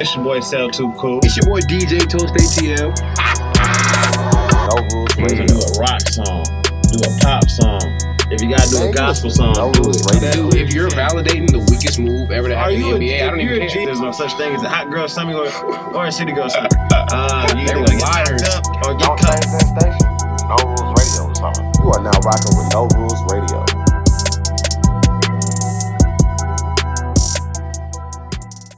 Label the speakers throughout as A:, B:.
A: It's your boy Sell Too Cool.
B: It's your boy DJ Toast ATL.
C: No rules,
A: You can
C: radio.
A: do a rock song, do a pop song. If you gotta do a gospel song,
C: No
A: do
C: rules,
A: it.
C: radio.
B: Dude, if you're validating the weakest move ever to
A: Are
B: happen in
A: you
B: the
A: a,
B: NBA, I I don't
A: if you're
B: even
A: a G,
B: care.
A: there's no such thing as a hot girl summer or, or a city girl summer. Uh, you
B: They
A: either
B: were
A: gonna get
B: liars.
A: locked up or
C: Don't
A: get
C: change
A: cut.
C: that station. No rules, radio or something. You are now rocking with No Rules Radio.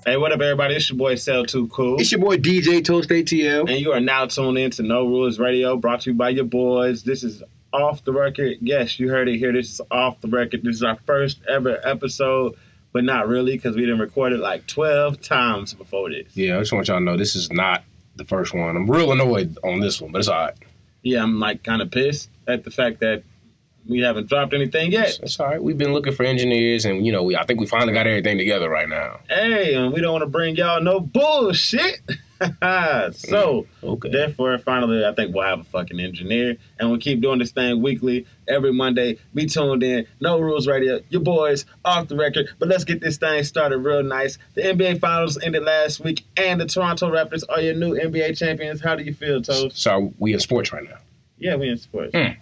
A: Hey, what up, everybody? It's your boy Sell Too Cool.
B: It's your boy DJ Toast ATL.
A: And you are now tuned in to No Rules Radio, brought to you by your boys. This is off the record. Yes, you heard it here. This is off the record. This is our first ever episode, but not really because we didn't record it like 12 times before this.
D: Yeah, I just want y'all to know this is not the first one. I'm real annoyed on this one, but it's all right.
A: Yeah, I'm like kind of pissed at the fact that we haven't dropped anything yet.
D: It's, it's all right. We've been looking for engineers, and you know, we I think we finally got everything together right now.
A: Hey, and we don't want to bring y'all no bullshit. so,
D: Okay.
A: therefore, finally, I think we'll have a fucking engineer, and we'll keep doing this thing weekly every Monday. Be tuned in. No rules radio. Your boys off the record, but let's get this thing started real nice. The NBA Finals ended last week, and the Toronto Raptors are your new NBA champions. How do you feel, Toast?
D: So we in sports right now.
A: Yeah, we in sports.
D: Okay.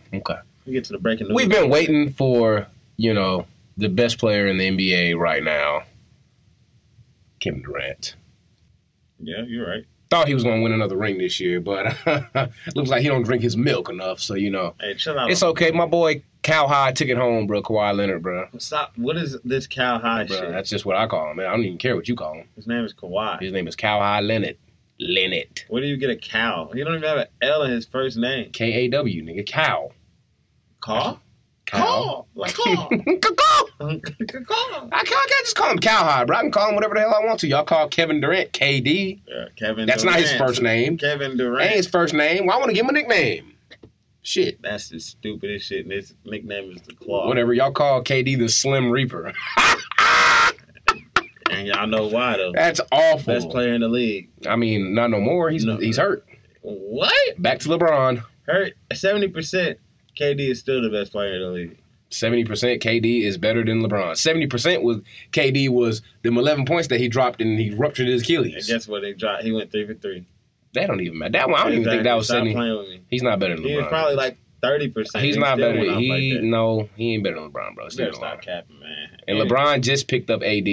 A: We get to the breaking news.
D: We've been waiting for you know the best player in the NBA right now, Kevin Durant.
A: yeah, you're right.
D: Thought he was gonna win another ring this year, but looks like he don't drink his milk enough. So you know,
A: Hey, chill out.
D: it's okay. My boy Cal High took it home, bro. Kawhi Leonard, bro.
A: Stop. What is this cow high
D: Bro,
A: shit?
D: that's just what I call him, man. I don't even care what you call him.
A: His name is Kawhi.
D: His name is Cal High Leonard. Leonard.
A: Where do you get a cow? He don't even have an L in his first name.
D: K A W, nigga. Cow.
A: Caw?
D: Cow.
A: Caw. Like caw.
D: Caw.
A: caw.
D: I can I can just call him Cowhide, bro. I can call him whatever the hell I want to. Y'all call Kevin Durant KD.
A: Yeah, Uh, Kevin
D: That's not his
A: Durant.
D: first name.
A: Kevin
D: Ain't
A: Durant.
D: his first name. Why I want to give him a nickname? Shit.
A: That's the stupidest shit. And his nickname is the Claw.
D: Whatever. Y'all call KD the Slim Reaper.
A: And y'all know why though.
D: That's awful.
A: Best player in the league.
D: I mean, not no more. He's
A: No.
D: he's hurt.
A: What?
D: Back to LeBron.
A: Hurt seventy percent. KD is still the best player in the league.
D: 70% KD is better than LeBron. 70% was KD was them 11 points that he dropped and he ruptured his
A: And
D: Achilles.
A: guess what? They dropped. He went three for three.
D: That don't even matter. That one, I don't even think that was
A: Stop
D: 70.
A: playing with me.
D: He's not better than
A: He
D: LeBron.
A: was probably like thirty percent.
D: He's not better. He no, he ain't better than LeBron, bro. Still
A: Better
D: don't
A: stop
D: lie.
A: capping, man.
D: And LeBron just picked up AD,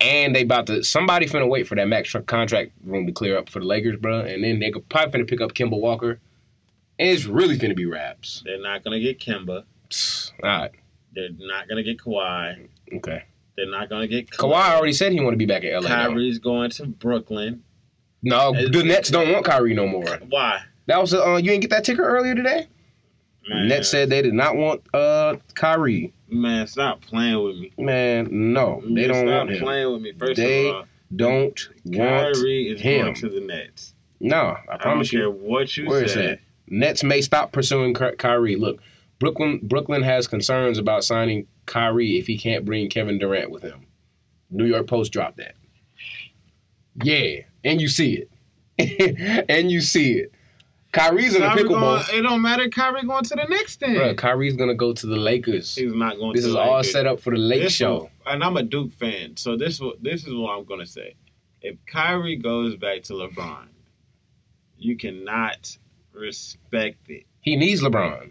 D: and they about to somebody finna wait for that max tr- contract room to clear up for the Lakers, bro. And then they could probably finna pick up Kimball Walker, and it's really finna be raps.
A: They're not gonna get Kimba.
D: Psst, All right,
A: They're not gonna get Kawhi.
D: okay.
A: They're not gonna get
D: Kawhi already said he want to be back in LA. though.
A: Kyrie's going to Brooklyn.
D: No,
A: It-
D: the Nets don't want Kyrie no more.
A: Why?
D: That was uh, you didn't get that ticker earlier today.
A: Man,
D: Nets said they did not want uh Kyrie.
A: "Man, stop playing with me.
D: Man, no, they
A: Just
D: don't
A: stop
D: want him.
A: playing with me." First
D: They
A: of all,
D: Don't want
A: Kyrie is
D: him.
A: going to the Nets.
D: No, I
A: I don't
D: promise
A: care
D: you.
A: what you
D: Where
A: say.
D: is that? Nets may stop pursuing Ky- Kyrie. Look, Brooklyn Brooklyn has concerns about signing Kyrie if he can't bring Kevin Durant with him. New York Post dropped that. Yeah, and you see it, and you see it. Kyrie's in the
A: Kyrie going,
D: pickleball.
A: it don't matter. Kyrie going to the Knicks then.
D: Bruh, Kyrie's gonna go to the Lakers.
A: He's not going.
D: This
A: to
D: is
A: the
D: all
A: Lakers.
D: set up for the Lake
A: This
D: Show.
A: will- and I'm a Duke fan, so this will, this is what I'm gonna say. If Kyrie goes back to LeBron, you cannot respect it,
D: He needs LeBron.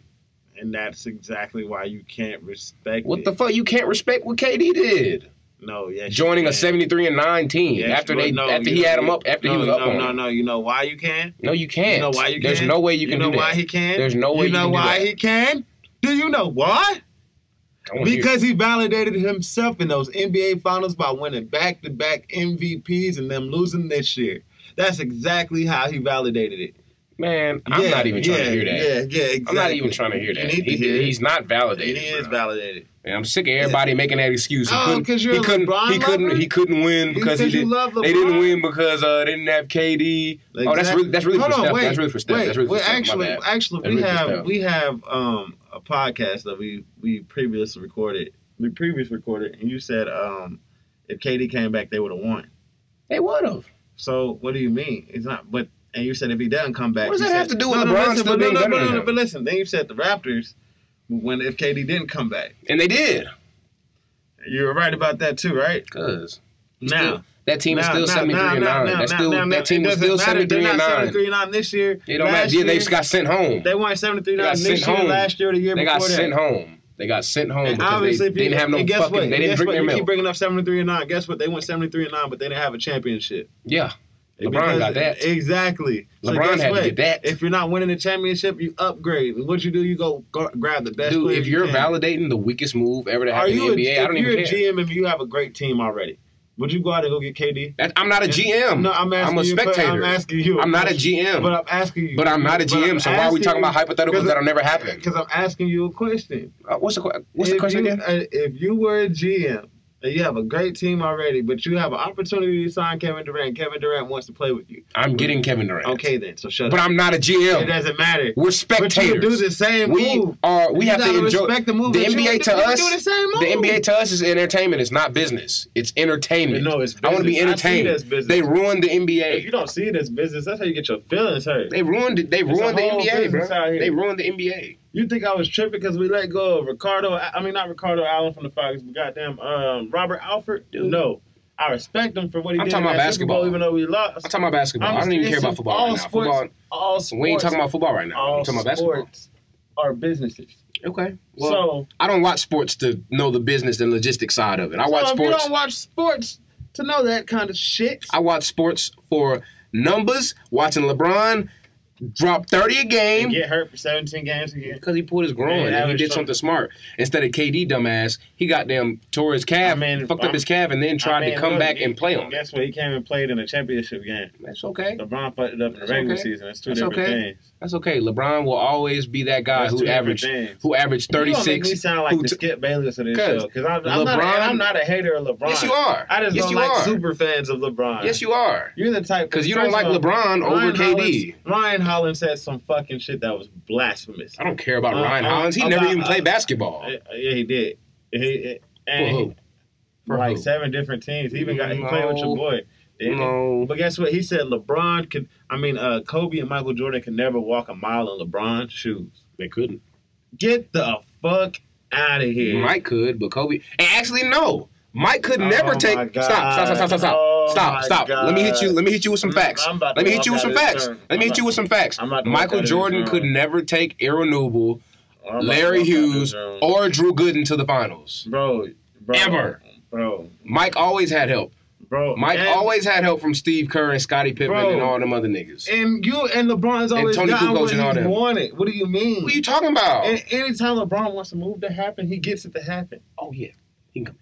A: and that's exactly why you can't respect
D: What
A: it.
D: the fuck? You can't respect what KD did.
A: No, yes. you
D: Joining a
A: can.
D: 73 and 9 team
A: Yes,
D: after
A: but
D: they
A: no,
D: after
A: you
D: he
A: know-
D: had him up after
A: no,
D: he was up
A: no,
D: on
A: No,
D: him.
A: no, You know why you can?
D: No, you can't.
A: You know why you
D: There's
A: can?
D: no way you
A: You
D: can
A: know
D: do
A: why
D: that.
A: he can?
D: There's no way you,
A: you know
D: can
A: why
D: do
A: he can? Do you know why?
D: that. I wanna hear-
A: Because he validated himself in those NBA finals by winning back to back MVPs and them losing this year. That's exactly how he validated it.
D: man, I'm
A: Yeah,
D: not even trying
A: yeah,
D: to hear that.
A: Yeah, yeah, exactly.
D: I'm not even trying to hear
A: You
D: that.
A: need to
D: He-
A: hear it.
D: he's not
A: He
D: validated.
A: is
D: bro.
A: validated.
D: And I'm sick of everybody making that excuse. He
A: Oh,
D: couldn't.
A: 'cause you're
D: he
A: a
D: couldn't.
A: LeBron
D: he couldn't.
A: lover?
D: He couldn't win because he
A: Because you
D: did.
A: love
D: They didn't
A: LeBron?
D: win because uh, they didn't have KD. Oh, that's really that's really
A: Hold
D: for
A: on,
D: Steph.
A: wait,
D: that's really for Steph.
A: Wait,
D: that's really for
A: wait,
D: Steph. My
A: actually,
D: bad.
A: actually,
D: That's
A: we
D: really for
A: have
D: Steph.
A: we have um a podcast that we we previously recorded, we previous recorded, and you said um if KD came back, they would have won.
D: They would have.
A: So what do you mean? It's not, but and you said if he doesn't come back,
D: What does
A: you
D: that
A: said-
D: have to do with
A: No, no,
D: LeBron
A: listen,
D: still
A: but
D: being
A: no, no,
D: better
A: no,
D: than
A: no,
D: him?
A: But listen, then you said the Raptors when if KD didn't come back,
D: And they did.
A: you were right about that too, right?
D: Cause
A: Now
D: That team is
A: Now- now-
D: still seventy three
A: now-
D: and
A: now-
D: nine.
A: now-
D: That's
A: now-
D: still
A: now- now-
D: that team
A: it
D: was
A: doesn't
D: still
A: matter.
D: seventy three
A: They're
D: and
A: not
D: nine.
A: 73 and nine this year.
D: It don't
A: Last
D: matter. Yeah, they
A: year,
D: just got sent home.
A: They weren't 73
D: They got
A: nine this
D: sent
A: year,
D: home.
A: last year, the year
D: They
A: before
D: got
A: that.
D: sent home. They got sent home
A: And
D: because they
A: obviously, if you,
D: didn't have no
A: and guess
D: fucking.
A: What,
D: They
A: And
D: didn't
A: guess
D: drink
A: what,
D: their
A: you
D: milk.
A: keep bringing up 73 and 9. Guess what? They went 73 and 9, but they didn't have a championship.
D: yeah, LeBron
A: Because-
D: got that.
A: Exactly.
D: LeBron
A: guess
D: had to
A: what?
D: get that.
A: If you're not winning the championship, you upgrade. And what you do, you go gr- grab the best
D: dude.
A: player
D: If you're
A: you can.
D: validating the weakest move ever to
A: Are
D: happen in the
A: you a,
D: NBA, I
A: if
D: don't
A: you're
D: even
A: a
D: care.
A: GM, if you have a great team already, would you go out and go get KD?
D: That- I'm not a GM.
A: No, I'm asking
D: I'm a
A: you. I'm
D: spectator.
A: asking you.
D: I'm not a
A: question. But
D: GM.
A: I'm asking you.
D: But I'm not a GM. So why are we talking about hypotheticals that'll never happen?
A: Because I'm asking you a question.
D: Uh, what's the que- what's the
A: If
D: question
A: you-
D: again?
A: uh, If you were a GM and you have a great team already, but you have an opportunity to sign Kevin Durant, Kevin Durant wants to play with you.
D: I'm getting Kevin Durant.
A: Okay, then. So shut
D: but
A: up.
D: I'm not a
A: it
D: GM.
A: doesn't matter. But
D: We're
A: you do
D: spectators.
A: the same
D: We
A: move.
D: are. We
A: You
D: have to
A: gotta
D: enjoy
A: respect the move that you-
D: NBA to
A: you do
D: us.
A: the same move.
D: NBA to us is entertainment. It's not business. It's entertainment.
A: No, it's
D: I want to be
A: business. I see it
D: entertained.
A: as business.
D: They ruined the
A: If you
D: NBA.
A: don't see it as business, that's how you get your feelings hurt.
D: They ruined it. They
A: a
D: ruined the
A: whole
D: NBA, bro.
A: business out here.
D: They ruined the NBA.
A: You think I was tripping because we let go of Ricardo? I mean, not Ricardo Allen from the Fox, but goddamn um, Robert Alford.
D: Dude.
A: No, I respect him for what he
D: I'm
A: did.
D: talking
A: in
D: about
A: that Super Bowl,
D: basketball.
A: even though we lost.
D: I'm talking about basketball. I'm, I do not even care about football
A: all
D: right now.
A: sports,
D: Football.
A: all sports,
D: We ain't talking about football right now.
A: all
D: I'm talking about basketball.
A: sports are businesses.
D: Okay. Well,
A: so,
D: I don't watch sports to know the business and logistics side of it. I
A: so
D: watch
A: if you
D: sports.
A: don't watch sports to know that kind of shit,
D: I watch sports for numbers. Watching LeBron drop thirty a
A: and
D: game
A: get hurt for 17 games a year.
D: because he pulled his groin
A: Yeah,
D: and he
A: average
D: did
A: something.
D: something smart instead of KD dumbass. He got damn tore his calf,
A: I mean,
D: fucked
A: I'm-
D: up his calf, and then tried
A: I mean,
D: to come
A: look,
D: back and play on. it.
A: Guess what? He came and played in a championship game.
D: That's okay.
A: LeBron fucked it up in the
D: That's
A: regular
D: okay.
A: season. That's two
D: That's
A: different
D: okay.
A: things.
D: That's okay. LeBron will always be that guy
A: That's two
D: Uh, who
A: different
D: averaged
A: things.
D: who averaged
A: You
D: thirty
A: gonna make me
D: six.
A: sound like
D: who
A: the
D: t-
A: Skip Bayless of this
D: 'cause
A: show because I'm, I'm, not a-
D: LeBron-
A: I'm not a hater of LeBron.
D: Yes, you are.
A: I just
D: yes,
A: don't
D: you
A: like
D: are.
A: super fans of LeBron.
D: Yes, you are.
A: You're the type
D: Because you don't
A: first
D: like
A: of all,
D: LeBron over
A: Ryan
D: KD.
A: Hollins- Ryan Holland said some fucking shit that was blasphemous.
D: I don't care about
A: Uh,
D: Ryan
A: uh,
D: Hollins. He never
A: about-
D: even played
A: uh,
D: basketball.
A: Uh, Yeah, he did. He- He,
D: For
A: and he-
D: who? For
A: like
D: who?
A: seven different teams. He even got he played with
D: No.
A: your boy. didn't he?
D: No.
A: But guess what? He said LeBron could. I mean, uh, Kobe and Michael Jordan could never walk a mile in LeBron's shoes.
D: They couldn't.
A: Get the fuck out of here. Oh
D: Mike could, but Kobe. And actually, no. Mike could never
A: my
D: take.
A: God.
D: Stop! Stop! Stop! Stop! Stop! Stop!
A: Oh my
D: stop! Stop! Let me hit you.
A: God.
D: Let me hit you with some
A: I'm-
D: facts.
A: I'm about
D: Let me
A: to
D: hit you with
A: walk
D: some
A: out of this
D: facts.
A: room.
D: Let me
A: I'm
D: hit you
A: about-
D: with some facts.
A: I'm about to walk out
D: Michael
A: of this
D: Jordan
A: room.
D: could never take Aaron Noble,
A: I'm about to walk out
D: Larry
A: of
D: Hughes,
A: this room.
D: or Drew Gooden to the finals.
A: bro, bro,
D: Ever.
A: bro,
D: Mike always had help.
A: bro.
D: Mike
A: and,
D: always had help from Steve Kerr and Scottie Pippen
A: Bro.
D: and all them other niggas.
A: And you and LeBron's
D: And
A: always
D: Tony
A: got
D: Kukoc
A: what
D: and all
A: he's
D: them.
A: wanted. What do you mean?
D: What are you talking about?
A: and anytime LeBron wants a move to happen, he gets it to happen.
D: oh yeah, he can come.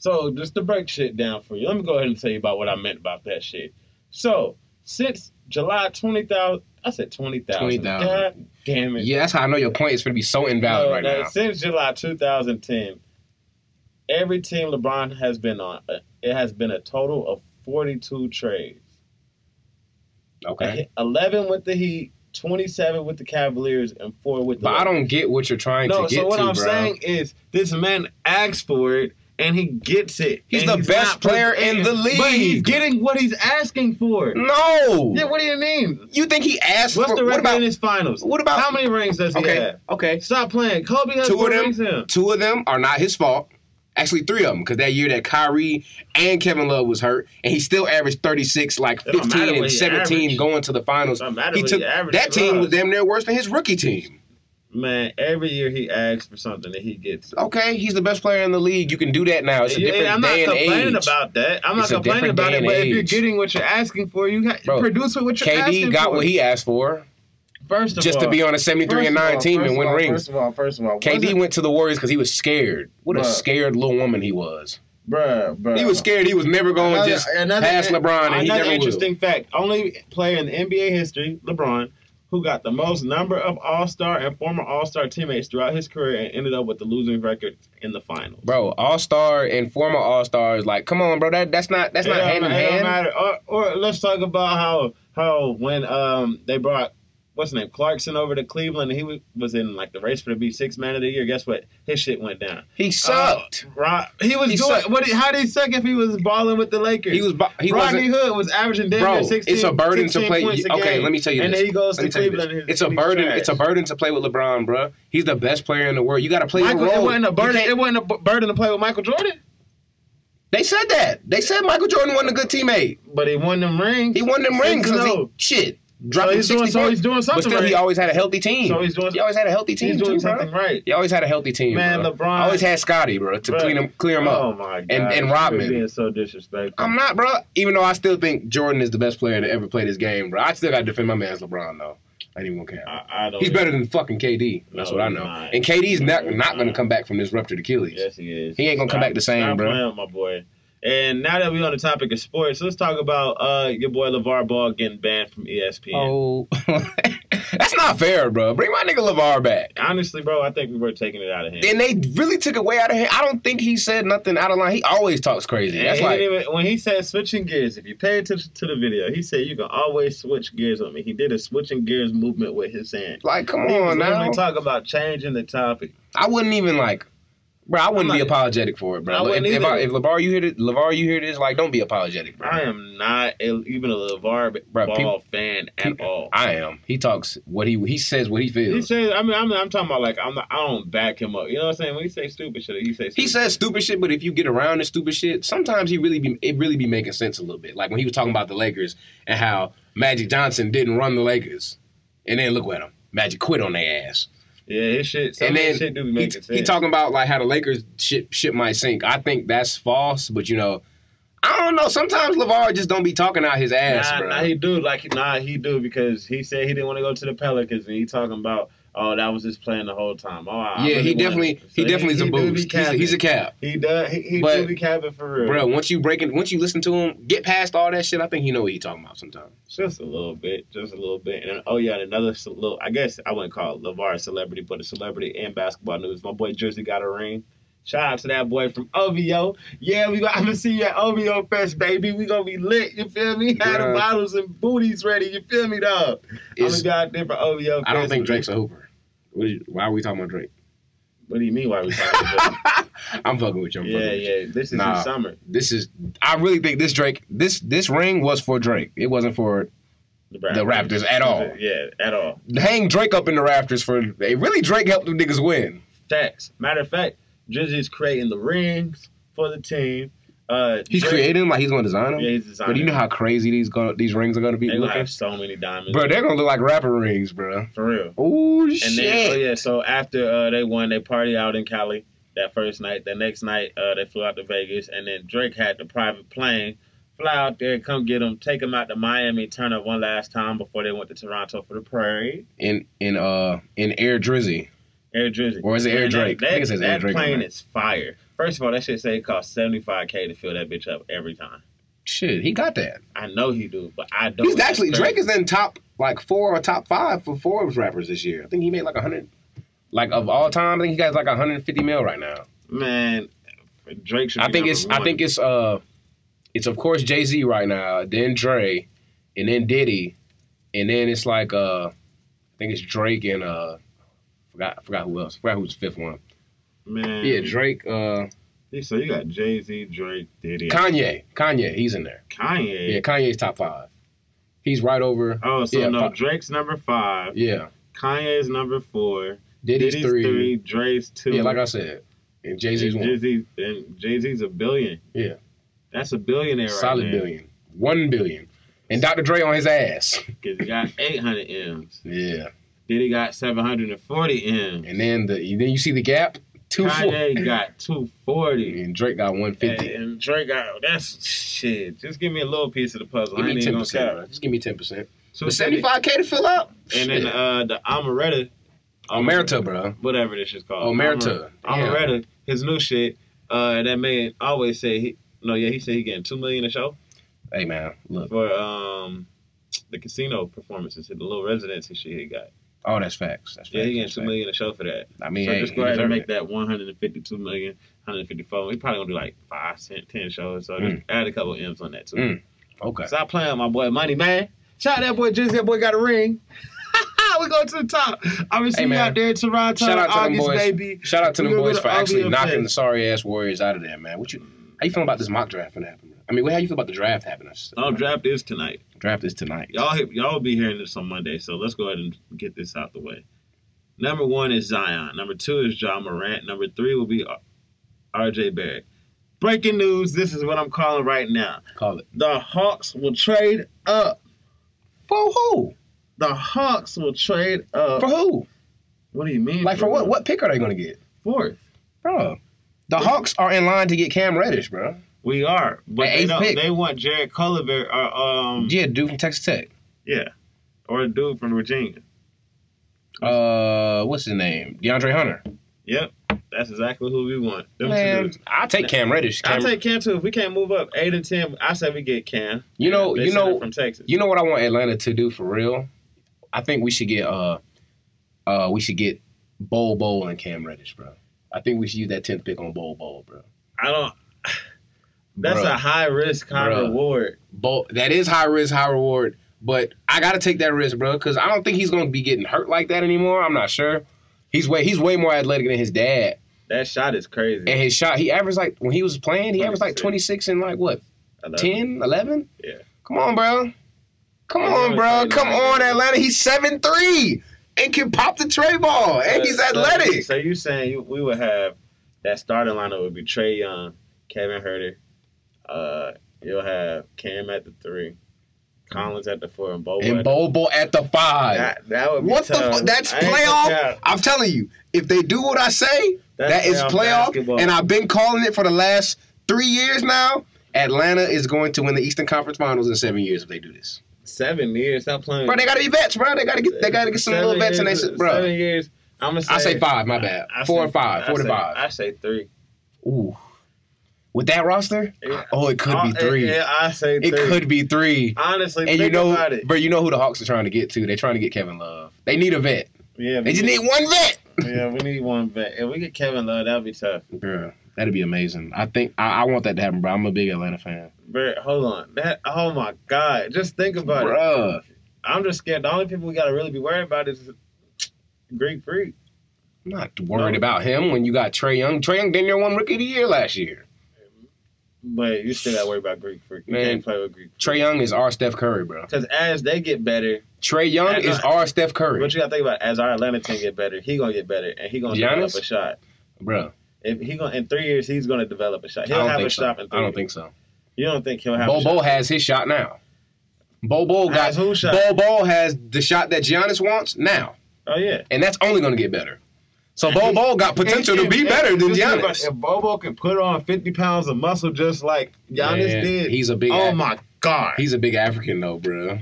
A: So just to break shit down for you, let me go ahead and tell you about what I meant about that shit. So since July twenty thousand, I said twenty thousand.
D: 20,000.
A: God damn it!
D: Yeah, that's how I know your point is going to be so invalid
A: So,
D: right
A: now,
D: now.
A: Since July two thousand ten, every team LeBron has been on, uh, it has been a total of forty two trades.
D: Okay.
A: Eleven with the Heat, twenty seven with the Cavaliers, and four with the.
D: But I
A: Lakers.
D: don't get what you're trying
A: No,
D: to get
A: so what
D: to,
A: I'm
D: bro.
A: saying is this man asks for it and he gets it.
D: He's
A: And
D: the best
A: not put-
D: player in the
A: But he's
D: league.
A: getting what he's asking for.
D: No.
A: Yeah, what do you mean?
D: You think he asked
A: What's
D: for
A: the
D: what
A: record
D: about
A: in his finals?
D: what about-
A: how many rings does he
D: Okay.
A: have?
D: Okay.
A: Stop playing. Kobe has
D: Two
A: four
D: of them.
A: rings. Him.
D: Two of them are not his fault. Actually, three of them because that year that Kyrie and Kevin Love was hurt, and he still averaged 36, like
A: It don't matter
D: 15
A: what he
D: and 17
A: averaged.
D: going to the finals.
A: It don't matter
D: He
A: what
D: took
A: he averaged
D: that team
A: was.
D: was damn near worse than his rookie team.
A: Man, every year he asks for something and he gets. it.
D: Okay, he's the best player in the league. You can do that now. It's a
A: Yeah,
D: different
A: I'm not
D: day and
A: complaining
D: age.
A: about that. I'm
D: It's a
A: not complaining
D: different
A: about
D: day
A: it.
D: and
A: But if you're
D: age.
A: getting what you're asking for, you ha-
D: Bro,
A: produce it what you're asking
D: KD got
A: for.
D: what he asked for
A: first of
D: just to
A: all-
D: be on a 73 and
A: first of
D: 9
A: all,
D: team
A: first
D: and
A: of
D: win
A: all,
D: rings.
A: First of all, first of all,
D: KD
A: wasn't-
D: went to the Warriors because he was scared. What a
A: Bruh.
D: scared little woman he was.
A: bruh, bruh.
D: He was scared he was never going to just pass LeBron, and he
A: another
D: never
A: interesting
D: will.
A: fact: only player in NBA history, LeBron, who got the most number of All Star and former All Star teammates throughout his career and ended up with the losing record in the finals.
D: Bro, All Star and former All Stars, like, come on, bro. That that's not that's
A: It
D: not
A: don't-
D: hand in
A: it don't
D: hand.
A: matter. Or, or let's talk about how how when um they brought what's his name Clarkson over to Cleveland, and he was, was in like the race for the B six man of the year. Guess what? His shit went down.
D: He sucked.
A: Uh, Ro- he was doing
D: He sucked.
A: what? he- How did he suck if he was balling with the Lakers?
D: he was bu- he
A: Rodney
D: wasn't.
A: Hood was averaging damn
D: Bro,
A: near 16,
D: it's a burden to
A: 16
D: play.
A: points a
D: Okay,
A: game.
D: let me tell you
A: And
D: this.
A: then he goes
D: Let me
A: to
D: tell you
A: Cleveland.
D: this.
A: and
D: It's a
A: he's
D: burden.
A: trash.
D: It's a burden to play with LeBron, bro. He's the best player in the world. You got to play
A: Michael,
D: your role.
A: it wasn't a
D: You
A: burden.
D: can't-
A: It wasn't a bu- burden to play with Michael Jordan.
D: They said that. They said Michael Jordan wasn't a good teammate.
A: But he won them rings.
D: He won them
A: Six oh.
D: rings because he
A: no.
D: shit
A: So
D: dropping
A: he's doing-
D: sixty
A: so he's
D: points.
A: doing
D: But
A: something
D: still, he
A: right.
D: always had a healthy team.
A: So he's doing-
D: he always had a healthy team.
A: He's doing
D: too, bro.
A: something right.
D: He always had a healthy team.
A: Man,
D: bro.
A: LeBron-
D: I always had Scotty, bro, to
A: Bruh.
D: clean him, clear him
A: Oh
D: up.
A: my god.
D: and Rodman.
A: You're being so disrespectful.
D: I'm not, bro. Even though I still think Jordan is the best player to ever play this game, bro. I still got to defend my man's LeBron though. I didn't even care.
A: I, Oh I don't
D: He's
A: even-
D: better than fucking KD. That's
A: No,
D: what I
A: he's
D: know.
A: not.
D: And KD's not
A: He's
D: not going to
A: not.
D: come back from this ruptured Achilles.
A: Yes, he is.
D: He ain't gonna come
A: Stop-
D: back the same,
A: stop
D: bro.
A: Playing, with my boy. And now that we're on the topic of sports, let's talk about uh, your boy LeVar Ball getting banned from E ESPN.
D: Oh, that's not fair, bro. Bring my nigga Levar back.
A: Honestly, bro, I think we were taking it out of him.
D: And they really took it way out of him. I don't think he said nothing out of line. He always talks crazy.
A: And
D: That's
A: he
D: like
A: didn't even- when he said switching gears, if you pay attention to the video, he said you can always switch gears on me. He did a switching gears movement with his hand.
D: Like, come
A: He was
D: on now.
A: literally talk about changing the topic.
D: I wouldn't even like, bro. I wouldn't
A: I'm
D: be
A: not-
D: apologetic for it, bro.
A: I
D: if,
A: wouldn't
D: if, I,
A: either.
D: if Levar, you hear this, Levar, you hear this, like, don't be apologetic, bro.
A: I am not a, even a LeVar
D: Bro,
A: Ball
D: people-
A: fan at all.
D: I am. He talks what he he says what he
A: He
D: feels.
A: says, I mean, I'm, I'm talking about like I'm not, I don't back him up. You know what I'm saying? When he say stupid shit, he says
D: He says stupid shit, but if you get around this stupid shit, sometimes he really be it really be making sense a little bit. Like when he was talking about the Lakers and how Magic Johnson didn't run the Lakers, and then look at him, Magic quit on their ass.
A: Yeah, his shit. Some
D: and
A: of
D: then
A: his shit do be
D: he,
A: making sense.
D: he talking about like how the Lakers shit shit might sink. I think that's false, but you know, I don't know. Sometimes Levar just don't be talking out his ass,
A: nah,
D: bro.
A: nah, he do like nah, he do because he said he didn't want to go to the Pelicans, and he talking about oh that was his plan the whole time. Oh, I, I really
D: yeah, he
A: wanted
D: definitely
A: it. So
D: he definitely is a
A: he do be
D: boost. He's a,
A: capping.
D: he's a cap.
A: He does. He, he
D: But-
A: do be capping for real,
D: Bro, once you break it, once you listen to him, get past all that shit. I think he know what he talking about sometimes.
A: Just a little bit, just a little bit, and then, oh yeah, and another ce- little. I guess I wouldn't call Levar a celebrity, but a celebrity in basketball news. My boy Jersey got a ring. Shout out to that boy from OVO. Yeah, we gonna, I'm gonna see you at OVO Fest, baby. We gonna be lit. You feel me? Had
D: Bruh.
A: the bottles and booties ready. You feel me, dog? I'm
D: It's-
A: gonna be out there for OVO.
D: I don't
A: Fest.
D: think Drake's a hooper. What is- why are we talking about Drake?
A: What do you mean? Why we talking about?
D: I'm fucking with you. I'm fucking
A: yeah,
D: with you.
A: yeah. This is
D: Nah.
A: his summer.
D: This is. I really think this Drake. This this ring was for Drake. It wasn't for The Raptors at all.
A: Yeah, at all.
D: hang Drake up in the rafters for. They really Drake helped them niggas win.
A: Facts. Matter of fact, Drizzy's creating the rings for the team. Uh,
D: He's
A: Drizzy-
D: creating them like he's gonna design them.
A: Yeah, he's designing.
D: but you know how crazy these gonna, these rings are gonna be
A: They gonna
D: looking,
A: have so many diamonds,
D: bro. They're gonna look like rapper rings, bro.
A: for real.
D: Oh
A: And
D: shit!
A: then, oh yeah, so after uh, they won, they party out in Cali that first night. The next night, uh, they flew out to Vegas, and then Drake had the private plane fly out there, come get them, take them out to Miami, turn up one last time before they went to Toronto for the parade.
D: In in uh in Air Drizzy.
A: Air Drizzy.
D: Or is it Air
A: Man, that-
D: Drake? I
A: That,
D: think it says Air
A: that
D: Drake on
A: plane
D: there.
A: is fire. First of all, that shit say it costs seventy five k to fill that bitch up every time.
D: Shit, he got that.
A: I know he do, but I don't.
D: He's
A: That's
D: actually
A: crazy.
D: Drake is in top like four or top five for Forbes rappers this year. I think he made like hundred, like of all time. I think he got like hundred and fifty mil right now.
A: man. Drake should.
D: I
A: be
D: think
A: number
D: it's I
A: one.
D: think it's uh, it's of course Jay Z right now, then Dre, and then Diddy, and then it's like uh, I think it's Drake and uh, forgot forgot who else. Forgot who's the fifth one.
A: man.
D: Yeah, Drake, uh,
A: So you got Jay Z, Drake, Diddy,
D: Kanye, Kanye, he's in there.
A: Kanye.
D: Yeah, Kanye's top five. He's right over.
A: Oh, so
D: Yeah,
A: no,
D: fi-
A: Drake's number five,
D: Yeah,
A: Kanye's number four,
D: Diddy's, three.
A: Dre's two.
D: Yeah, like I said, and Jay Z's one.
A: Jay-Z, and Jay Z's a billion.
D: Yeah.
A: that's a billionaire.
D: Solid
A: right
D: billion. One billion. And Dr. Dre on his ass.
A: Because he got eight hundred m's.
D: Yeah.
A: Diddy got seven hundred and forty m's.
D: And then the then you see the gap? Two four.
A: Kanye got two forty.
D: And Drake got one fifty.
A: And Drake got that's shit. Just give me a little piece of the puzzle.
D: Give
A: I
D: me
A: ain't even
D: ten
A: gonna
D: percent,
A: cap.
D: bro. Just give me ten percent.
A: So
D: But seventy five K to fill up?
A: and
D: Shit.
A: then um, uh, the Amaretta,
D: Omerta, bro.
A: whatever this is
D: Oh,
A: called.
D: Omerta. Yeah.
A: Amaretta, his new shit. Uh, that man always say he no, yeah, he said he getting two million a show
D: Hey man, look.
A: for um the casino performances, the little residency shit he got.
D: Oh, that's facts. That's facts.
A: Yeah, he getting
D: that's
A: two
D: facts.
A: million a show for that.
D: I mean,
A: so
D: hey,
A: just
D: he
A: go ahead and
D: deserved
A: make
D: it.
A: that 152 million, 154. We probably gonna do like five, ten, ten shows. So just add a couple M's on that too.
D: Mm. Okay.
A: Stop playing, with my boy Money Man. Shout out that boy Jizzy. That boy got a ring. we go to the top. I'm gonna see
D: Hey,
A: you
D: man.
A: out there in Toronto,
D: Shout out to them
A: August,
D: boys.
A: baby.
D: Shout out to
A: We
D: them
A: gonna go
D: boys
A: to
D: for actually
A: RBFS.
D: knocking the sorry ass Warriors out of there, man. What you how you feeling about this mock draft finna happen, bro? I mean, how you feel about the draft happening? I should say.
A: Oh, draft is tonight.
D: Draft is tonight.
A: Y'all, y'all will be hearing this on Monday, so let's go ahead and get this out the way. Number one is Zion. Number two is John Morant. Number three will be R- R.J. Barrett. Breaking news. This is what I'm calling right now.
D: Call it.
A: The Hawks will trade up.
D: For who?
A: The Hawks will trade up.
D: For who?
A: what do you mean?
D: Like for what? What pick are they gonna get?
A: Fourth.
D: Bro. The Hawks are in line to get Cam Reddish, bro.
A: We are, but
D: At
A: they
D: eighth
A: don't.
D: pick.
A: They want Jared Culliver, or um,
D: Yeah, dude from Texas Tech.
A: yeah, or a dude from Virginia.
D: Uh, what's his name? DeAndre Hunter.
A: Yep, that's exactly who we want. Them two
D: Man,
A: dudes.
D: I take Cam Reddish.
A: I
D: Cam-
A: take Cam too. If we can't move up eight and ten, I say we get Cam.
D: You know-
A: They
D: you
A: sent
D: know-
A: it from Texas.
D: you know what I want Atlanta to do for real? I think we should get uh, uh, we should get Bowl Bowl and Cam Reddish, bro. I think we should use that tenth pick on Bowl Bowl, bro.
A: I don't. That's
D: Bruh.
A: a high risk, high
D: Bruh.
A: reward.
D: Bowl that is high risk, high reward. But I gotta take that risk, bro, because I don't think he's gonna be getting hurt like that anymore. I'm not sure. He's way he's way more athletic than his dad.
A: That shot is crazy.
D: And his shot, he averaged like when he was playing, he averaged like 26 and like what,
A: I love it.
D: 10, 11?
A: Yeah.
D: Come on, bro. Come
A: Yeah,
D: on,
A: he
D: bro.
A: was
D: Come
A: like-
D: on, Atlanta. He's 7 3 and can pop the tray ball. And he's
A: So- so-
D: athletic.
A: So you saying you, we would have that starting lineup would be Trey Young, Kevin Herter, uh, you'll have Cam at the three, Collins at the four, and Bobo.
D: And
A: at the-
D: Bobo at the five.
A: that, that would be
D: what the
A: tough.
D: fuck? That's
A: I ain't gonna
D: playoff.
A: cap.
D: I'm telling you, if they do what I say,
A: That's
D: that is
A: playoff
D: playoff.
A: basketball.
D: And I've been calling it for the last three years now. Atlanta is going to win the Eastern Conference Finals in seven years if they do this.
A: Seven years. Stop playing.
D: Bro, they gotta be vets, bro. They gotta get they gotta get some
A: Seven
D: little vets in
A: years-
D: they bro.
A: Seven years. I'm gonna say,
D: I say five, my bad.
A: I
D: four
A: say-
D: and five,
A: I
D: four
A: say-
D: to five.
A: I say three.
D: Ooh. With that roster?
A: Yeah.
D: Oh, it could
A: Oh,
D: be three.
A: Yeah, I say three.
D: It could be three.
A: Honestly,
D: And you
A: think
D: know,
A: about it.
D: bro, you know who the Hawks are trying to get to. They're trying to get Kevin Love. They need a vet.
A: Yeah,
D: They
A: we
D: just
A: need,
D: need one vet.
A: yeah, we need one back. If we get Kevin Love, that'd be tough.
D: Bro, that'd be amazing. I think I, I want that to happen, bro. I'm a big Atlanta fan.
A: Bro, hold on. That oh my god. Just think about it.
D: Bro.
A: I'm just scared. The only people we gotta really be worried about is Greek Freak.
D: I'm not worried
A: No.
D: about him when you got Trey Young. Trey Young didn't near one rookie of the year last year.
A: But you still gotta worry about Greek Freak. You
D: Man.
A: can't play with Greek
D: Trey Young is our Steph Curry, bro.
A: Because as they get better,
D: Trey Young
A: That's
D: is
A: not-
D: our Steph Curry.
A: what you gotta think about as our Atlanta team get better, he gonna get better and he gonna develop
D: Giannis?
A: a shot.
D: Bro,
A: If he gonna in three years he's gonna develop a shot.
D: I
A: He'll
D: don't
A: have a
D: think so.
A: shot in three
D: I don't think so.
A: you don't think he'll have a shot.
D: Bobo has his shot now. Bobo got
A: Has who shot?
D: Bobo has the shot that Giannis wants now,
A: Oh yeah.
D: and that's only going to get better. So Bobo got potential to be
A: If- if-
D: better than
A: just think about
D: Giannis.
A: it. If Bobo can put on 50 pounds of muscle just like Giannis
D: Man,
A: did,
D: He's a big.
A: oh
D: Af-
A: my god.
D: He's a big African though, bro.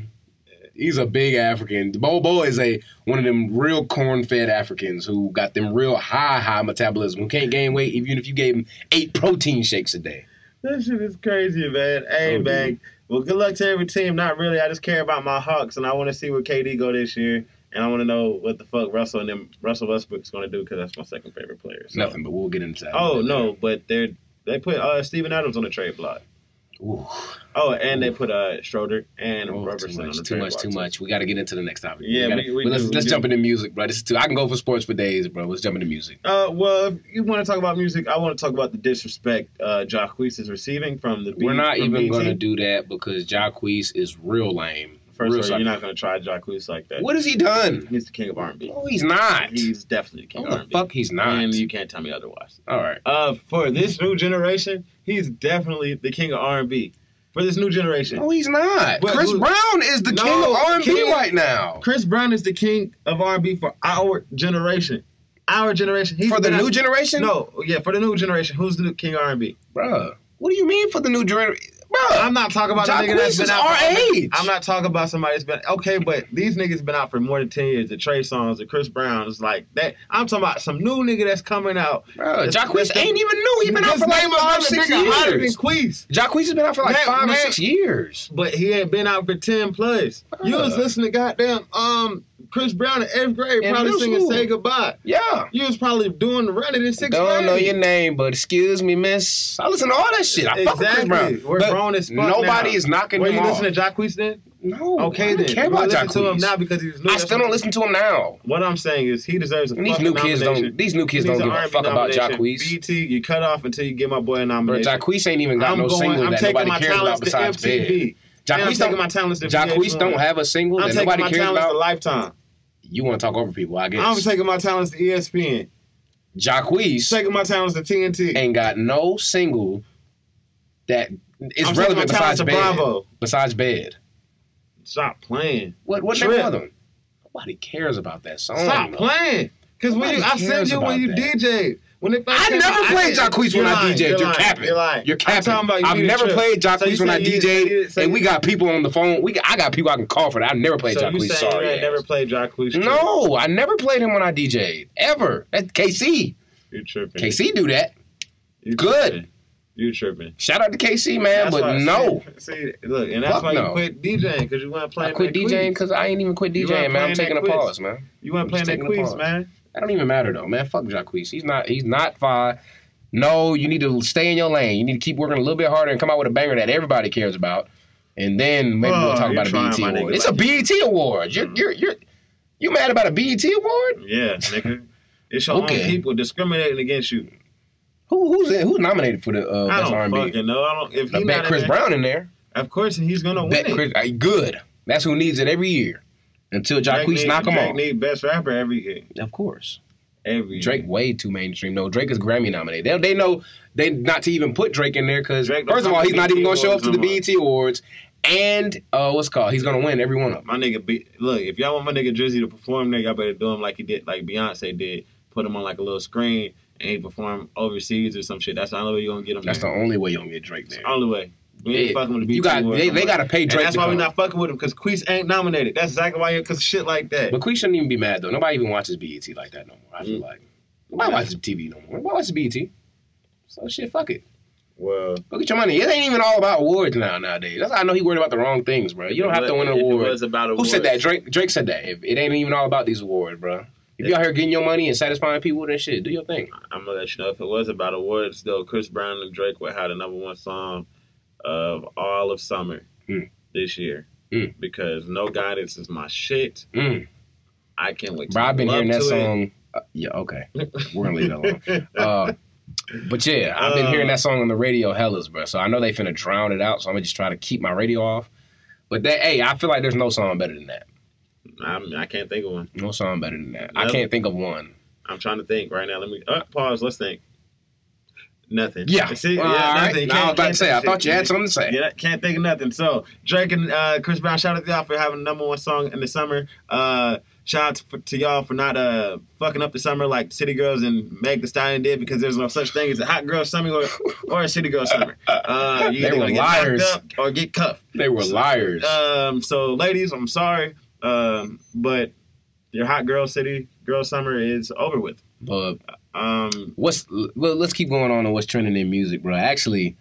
D: He's a big African. Bobo is a one of them real corn-fed Africans who got them real high, high metabolism. Who can't gain weight even if you gave him eight protein shakes a day.
A: That shit is crazy, man. Hey,
D: Oh,
A: man. Well, good luck to every team. Not really. I just care about my Hawks, and I want to see where KD go this year, and I want to know what the fuck Russell and them Russell Westbrook's going to do because that's my second favorite player. so.
D: Nothing, but we'll get into that.
A: Oh no, but they're they put uh, Steven Adams on the trade block.
D: Ooh,
A: Oh, and they put uh, Schroeder and
D: oh,
A: Robertson
D: too
A: on
D: much,
A: the
D: too
A: trade
D: much,
A: block,
D: too
A: too.
D: much. We got to get into the next topic.
A: Yeah,
D: gotta,
A: we- we
D: but let's,
A: do, we
D: let's
A: do.
D: jump into music, bro. This is too. I can go for sports for days, bro. Let's jump into music.
A: Uh, well, if you want to talk about music, I want to talk about the disrespect uh, Jacquees is receiving from the.
D: We're not even going to
A: do.
D: do that because Jacquees is real lame.
A: First
D: real
A: of all,
D: sorry.
A: you're not going to try Jacquees like that.
D: What has he done?
A: He's the king of R&B.
D: No, he's not.
A: He's definitely the king
D: no,
A: of
D: the
A: R&B.
D: fuck, he's not.
A: And you can't tell me otherwise.
D: All right.
A: Uh, for this new generation, he's definitely the king of R and B. For this new generation,
D: No, he's not.
A: But
D: Chris
A: who-
D: Brown is the
A: No,
D: king of R&B
A: king-
D: right now.
A: Chris Brown is the king of R and B for our generation. Our generation. He's
D: for the
A: been
D: new
A: out-
D: generation?
A: No, yeah, for the new generation. Who's the new king of R and B?
D: Bruh. What do you mean for the new generation? Bruh.
A: I'm not talking about a nigga that's
D: Jacquees
A: been
D: is
A: out.
D: our
A: for-
D: age.
A: I'm not talking about somebody that's been okay, but these niggas been out for more than ten years. The Trey Songs, the Chris Browns, like that. I'm talking about some new nigga that's coming out.
D: Bruh,
A: This-
D: Jacquees
A: this-
D: ain't even new. He's been out
A: This
D: for like
A: nigga
D: five,
A: hotter-
D: six
A: nigga Hotter than
D: years.
A: Queez.
D: Jacquees has been out for like
A: Man,
D: five or
A: man.
D: six years.
A: but he ain't been out for ten plus. You was
D: Uh.
A: listening to goddamn um Chris Brown in eighth grade,
D: In
A: probably
D: middle
A: singing
D: school.
A: "Say Goodbye."
D: Yeah.
A: You was probably doing the running in sixth
D: Don't
A: grade.
D: know your name, but excuse me, miss. I listen to all that shit. I fuck with Chris
A: Exactly.
D: Brown.
A: We're
D: But
A: grown as fuck
D: Nobody
A: now.
D: is knocking
A: Were
D: him
A: you
D: off.
A: listening to Jacquees then?
D: no, I
A: Okay,
D: don't
A: then.
D: care
A: You
D: about
A: listen to him
D: Jacquees.
A: now because he's new.
D: I still don't listen to him now.
A: What I'm saying is he deserves a
D: And
A: fucking
D: these new kids don't.
A: nomination.
D: These new kids
A: He needs
D: don't give
A: an
D: a
A: R&B
D: fuck about
A: nomination.
D: Jacquees.
A: BT, you cut off until you give my boy a
D: Bro,
A: nomination.
D: Jacquees ain't even got
A: I'm
D: no
A: going.
D: single
A: I'm
D: that
A: taking
D: nobody
A: my
D: cares about
A: talents to
D: besides Bed.
A: MTV. And I'm
D: Jacquees
A: taquees
D: don't.
A: my talents to
D: Jacquees
A: VH1.
D: don't have a single
A: I'm
D: that
A: taking
D: nobody
A: my
D: cares
A: talents to
D: about.
A: Lifetime.
D: You want to talk over people? I
A: I'm
D: guess.
A: taking my talents to E ESPN.
D: Jacquees
A: Taking my talents to TNT.
D: ain't got no single that it's
A: I'm taking my
D: relevant
A: talents
D: besides
A: to
D: bed.
A: Bravo.
D: Besides bed.
A: Stop playing.
D: What what
A: Trip.
D: name one? Nobody cares about that song.
A: Stop
D: though.
A: playing. Cause when you,
D: Nobody
A: I said
D: cares
A: you when
D: about
A: you
D: that.
A: DJ. When if
D: I
A: came
D: never
A: out,
D: played
A: didn't-
D: Jacquees when
A: You're
D: I
A: lying,
D: DJ'd. You're
A: lying,
D: capping.
A: You're lying.
D: You're
A: I'm
D: capping.
A: talking about you
D: I've
A: did
D: never
A: Trip.
D: played
A: So
D: Jacquees
A: you
D: when I
A: saying you-
D: DJ'd,
A: so
D: and
A: you-
D: we got people on the phone. We got, I got people I can call for that. I never played
A: So you
D: Jacquees.
A: saying
D: Sorry.
A: you
D: ass.
A: ain't never played Jacquees? Trip?
D: No, I never played him when I DJ'd ever. That's KC.
A: you tripping.
D: KC do that.
A: You
D: good.
A: tripping. You tripping.
D: Shout out to KC man,
A: That's why
D: but
A: I
D: no,
A: said- See, look, and that's
D: Fuck
A: why you
D: no.
A: quit DJing because you weren't playing.
D: I quit
A: that quiz.
D: DJing because I ain't even quit
A: You weren't
D: DJing, man.
A: playing
D: I'm
A: that
D: taking a
A: quiz.
D: pause, man.
A: You weren't
D: I'm
A: playing
D: just
A: that
D: taking a
A: quiz,
D: pause.
A: man.
D: That don't even matter though, man. Fuck Jacquees. He's not he's not fine. No, you need to stay in your lane. You need to keep working a little bit harder and come out with a banger that everybody cares about. And then maybe
A: Oh,
D: we'll talk
A: you're
D: about a
A: trying,
D: BET
A: my nigga, Mm-hmm.
D: award. It's a
A: like
D: BET award. You're you're you're you mad about a BET award?
A: Yeah, nigga. It's your
D: Okay.
A: own people discriminating against you.
D: Who who's in, who nominated for the uh,
A: I
D: best
A: don't
D: R and B?
A: fucking know. I don't. If
D: I
A: he
D: bet
A: not
D: Chris
A: in there,
D: Brown in there.
A: of course, he's gonna win
D: Bet
A: it.
D: Chris uh, good. That's who needs it every year until
A: Drake
D: Jacquees
A: need-
D: knock him
A: Drake
D: off.
A: need best rapper every year.
D: Of course.
A: Every
D: Drake
A: year.
D: way too mainstream. No, Drake is Grammy nominated. They, they know they not to even put Drake in there because
A: Drake don't
D: first of
A: come
D: all,
A: to
D: he's not even gonna
A: BET
D: show up to the
A: Awards
D: BET Awards, and uh, what's it called he's gonna win every one of them.
A: My nigga, be, look. If y'all want my nigga Drizzy to perform, nigga, I better do him like he did, like Beyonce did. Put him on like a little screen and he perform overseas or some shit. That's the only way you gonna get him.
D: That's the
A: there.
D: only way you gonna get Drake there.
A: only way. We ain't
D: Yeah.
A: fucking with the
D: You
A: BET
D: got
A: Awards
D: they,
A: no
D: they
A: more.
D: gotta pay
A: And
D: Drake.
A: that's
D: to
A: why we
D: come.
A: not fucking with him because Quees ain't nominated. That's exactly why. Because shit like that.
D: But Queen shouldn't even be mad though. Nobody even watches BET like that no more. I feel
A: Mm.
D: like nobody watches TV no more. Nobody watches BET. So shit, fuck it.
A: Well,
D: Go get your money. It ain't even all about awards now nowadays. That's how I know he worried about the wrong things, bro. You don't have to win an
A: if
D: award.
A: It was about
D: Who
A: awards,
D: said that? Drake. Drake said that. If it ain't even all about these awards, bro. If you out here getting your money and satisfying people, then shit, do your thing.
A: I'm gonna let you know if it was about awards though. Chris Brown and Drake would have the number one song of all of summer
D: Mm.
A: this year
D: Mm.
A: because "No Guidance" is my shit.
D: Mm.
A: I can't wait.
D: Bro, I've been
A: love
D: hearing that
A: to it.
D: song. Uh, yeah, okay, we're gonna leave that alone. Uh, but yeah, I've been
A: Uh.
D: hearing that song on the radio hellas, bro. So I know they finna drown it out. So I'm gonna just try to keep my radio off. But that, hey, I feel like there's no song better than that.
A: I'm, I can't think of one.
D: No song better than that. I
A: Nope.
D: can't think of one.
A: I'm trying to think right now. Let me uh, pause. Let's think. Nothing.
D: Yeah.
A: See,
D: All
A: yeah,
D: right.
A: nothing.
D: Now I was about to say. I
A: think
D: thought you
A: shit.
D: had something to say.
A: Yeah, can't think of nothing. So Drake and uh, Chris Brown, shout out to y'all for having the number one song in the summer. Uh, shout out to, for, to y'all for not uh, fucking up the summer like City Girls and Meg The Stallion did because there's no such thing as a hot girl summer or, or a city girl summer. Uh, you
D: They
A: either
D: were
A: gonna get knocked
D: liars.
A: up or get cuffed.
D: They were liars.
A: Um, so ladies, I'm sorry, um, but your hot girl city girl summer is over with.
D: but
A: Um,
D: what's well, let's keep going on to what's trending in music, bro. Actually,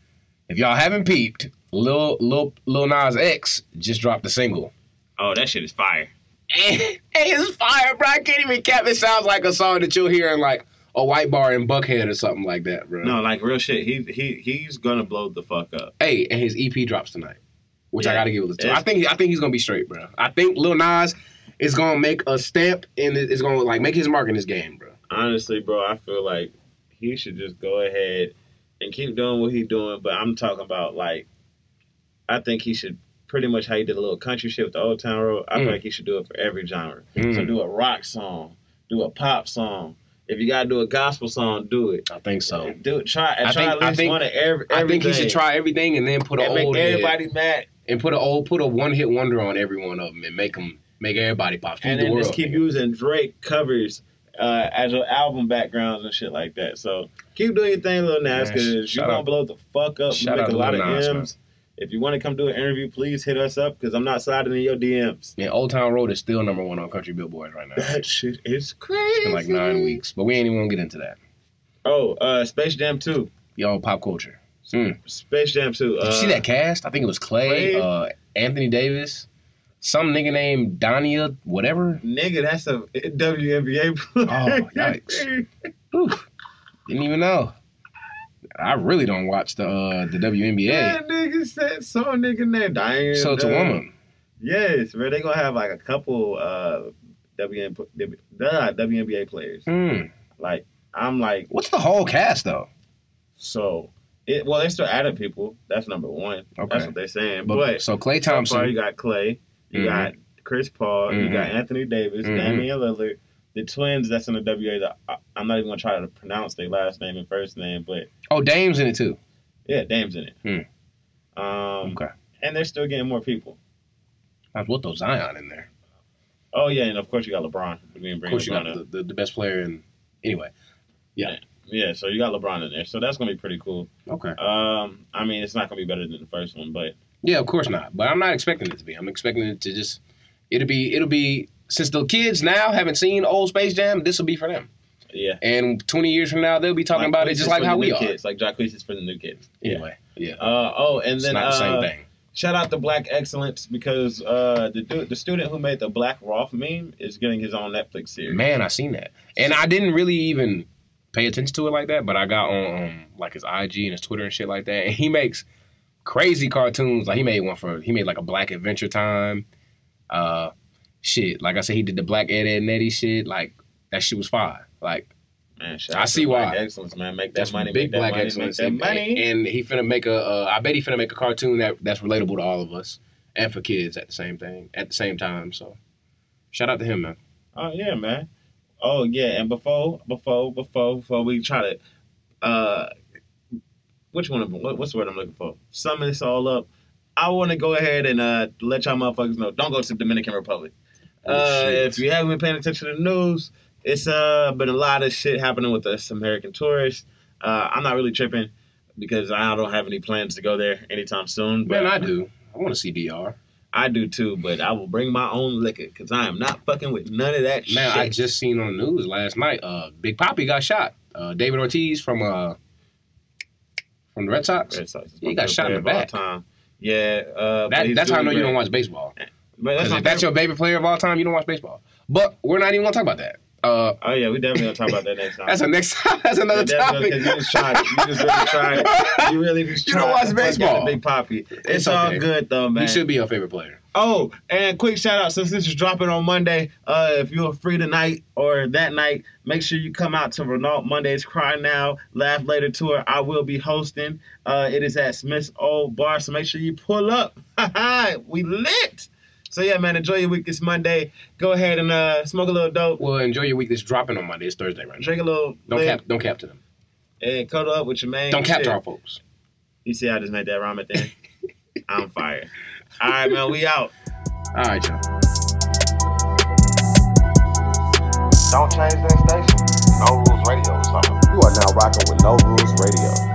D: if y'all haven't peeped, Lil Lil Lil Nas X just dropped a single.
A: oh, that shit is fire.
D: Hey, it's fire, bro. I can't even cap. It sounds like a song that you'll hear in like a white bar in Buckhead or something like that, bro.
A: No, like real shit. He he he's gonna blow the fuck up.
D: Hey, and his EP drops tonight, which I
A: Yeah.
D: gotta give it a listen to.
A: It's-
D: I think I think he's gonna be straight, bro. I think Lil Nas is gonna make a stamp and it- it's gonna like make his mark in this game, bro.
A: honestly, bro, I feel like he should just go ahead and keep doing what he's doing. But I'm talking about like, I think he should pretty much how he did a little country shit with the Old Town Road. I
D: Mm.
A: feel like he should do it for every genre.
D: Mm.
A: So do a rock song, do a pop song. If you gotta do a gospel song, do it.
D: I think so.
A: do it. Try
D: I
A: try
D: think-
A: at
D: I
A: least
D: think-
A: one of every.
D: I think he should
A: everything.
D: try everything and then put an
A: and make
D: old head-
A: everybody mad,
D: and put a old put a one hit wonder on every one of them and make them make everybody pop. Feed
A: and
D: the
A: then
D: world.
A: just keep
D: nigga.
A: using Drake covers. Uh, as your album backgrounds and shit like that. So keep doing your thing, little Nas,
D: Man,
A: because
D: shout
A: you're gonna
D: out-
A: blow the fuck up. You
D: shout
A: make
D: out
A: a
D: to
A: lot of
D: Lil Nas,
A: M's. If you want to come do an interview, please hit us up because I'm not sliding in your DMs.
D: Man, Old Town Road is still number one on country billboards right now. It's
A: That shit is crazy.
D: been like nine weeks, but we ain't even gonna get into that.
A: Oh, uh, Space Jam 2.
D: Yo, pop culture. Mm.
A: Space Jam 2. Uh,
D: Did you see that cast? I think it was Clay,
A: Clay?
D: Uh, Anthony Davis, some nigga named Donia, whatever.
A: Nigga, that's a WNBA player.
D: Oh, yikes. Oof. Didn't even know. I really don't watch the uh, the WNBA.
A: That nigga said some nigga named Diane.
D: So it's a
A: uh,
D: woman.
A: Yes, bro. They gonna have like a couple uh WN, W- uh, WNBA players.
D: Mm.
A: Like I'm like
D: What's the whole cast though?
A: so. It well, they're still adding people. That's number one. That's
D: Okay.
A: what they're saying.
D: But-
A: But
D: so Clay
A: so far you
D: Thompson.
A: got Clay, you
D: Mhm.
A: got Chris Paul, you
D: Mhm.
A: got Anthony Davis,
D: Mhm.
A: Damian Lillard, the twins. That's in the WA. That I, I'm not even gonna try to pronounce their last name and first name, but
D: Oh, Dame's in it too.
A: yeah, Dame's in it.
D: Hmm.
A: Um,
D: Okay.
A: And they're still getting more people.
D: I would throw Zion in there.
A: Oh yeah, and of course you got LeBron. We didn't
D: Of
A: bring
D: course, you
A: LeBron
D: got
A: up.
D: the, the, the best player in. Anyway.
A: Yeah, so you got LeBron in there, so that's gonna be pretty cool.
D: Okay.
A: Um, I mean, it's not gonna be better than the first one, but
D: Yeah, of course not. But I'm not expecting it to be. I'm expecting it to just. It'll be. It'll be. Since the kids now haven't seen old Space Jam, this will be for them.
A: yeah,
D: And 20 years from now, they'll be talking
A: Like,
D: about it
A: Queens
D: just
A: is
D: like
A: for
D: how
A: the
D: we
A: new
D: are.
A: Kids. Like Jacquees is for the new kids.
D: Anyway, yeah,
A: Uh, oh, and
D: it's
A: then
D: not the
A: uh,
D: same thing.
A: shout out to Black Excellence because uh, the du- the student who made the Black Roth meme is getting his own Netflix series.
D: Man, I seen that, and I didn't really even pay attention to it like that. But I got on um, like his IG and his Twitter and shit like that, and he makes crazy cartoons. Like he made one for he made like a Black Adventure Time, uh, shit. Like I said, he did the Black Ed Ed Netty shit. Like that shit was fire. Like
A: Man, shout
D: I
A: out to
D: see
A: Black
D: why.
A: Excellence, man, make that
D: that's
A: money,
D: big
A: make that
D: Black
A: money,
D: excellence.
A: make that
D: and,
A: money.
D: and he finna make a. Uh, I bet he finna make a cartoon that that's relatable to all of us and for kids at the same thing at the same time. So shout out to him, man.
A: Oh yeah, man. Oh yeah, and before before before before we try to uh which one of them what, what's the word I'm looking for? Sum this all up. I wanna go ahead and uh let y'all motherfuckers know don't go to the Dominican Republic. Uh
D: Oh, shit.
A: if you haven't been paying attention to the news, it's uh been a lot of shit happening with us American tourists. Uh I'm not really tripping because I don't have any plans to go there anytime soon. But
D: Man, I do. I want to see Dr.
A: I do too, but I will bring my own liquor because I am not fucking with none of that
D: Man,
A: shit.
D: I just seen on the news last night. Uh, Big Poppy got shot. Uh, David Ortiz from uh from the Red Sox.
A: Red Sox. It's
D: Yeah,
A: my
D: he got
A: favorite
D: shot in the
A: player of all
D: back.
A: Time. Yeah, uh, but
D: That,
A: he's
D: that's how I
A: doing
D: know you
A: great.
D: don't watch baseball.
A: But that's
D: 'Cause
A: my
D: if
A: favorite-
D: that's your favorite player of all time, you don't watch baseball. But we're not even gonna talk about that. Uh,
A: Oh yeah, we definitely gonna talk about that next time.
D: that's a next. that's
A: Yeah,
D: another
A: definitely,
D: topic.
A: 'cause You just tried. it. You just really tried. it. You really just
D: You
A: tried.
D: don't watch
A: to fuck with
D: baseball.
A: the Big Poppy. It's,
D: It's
A: all
D: okay.
A: good though, man.
D: He should be your favorite player.
A: Oh, and quick shout out since this is dropping on Monday. Uh, if you're free tonight or that night, make sure you come out to Renault Monday's Cry Now, Laugh Later tour. I will be hosting. Uh, it is at Smith's Old Bar, so make sure you pull up. we lit. So yeah, man, enjoy your week this Monday. Go ahead and uh, smoke a little dope,
D: Well, enjoy your week. This dropping on Monday. It's Thursday right now.
A: drink a little,
D: Don't
A: lick,
D: cap. Don't cap to them.
A: and cuddle up with your man.
D: Don't cap
A: Shit.
D: to our folks.
A: You see, I just made that rhyme at the end. I'm fired. All right, man, we out.
D: All right, y'all.
C: Don't change that station. No Rules Radio or something. You are now rocking with No Rules Radio.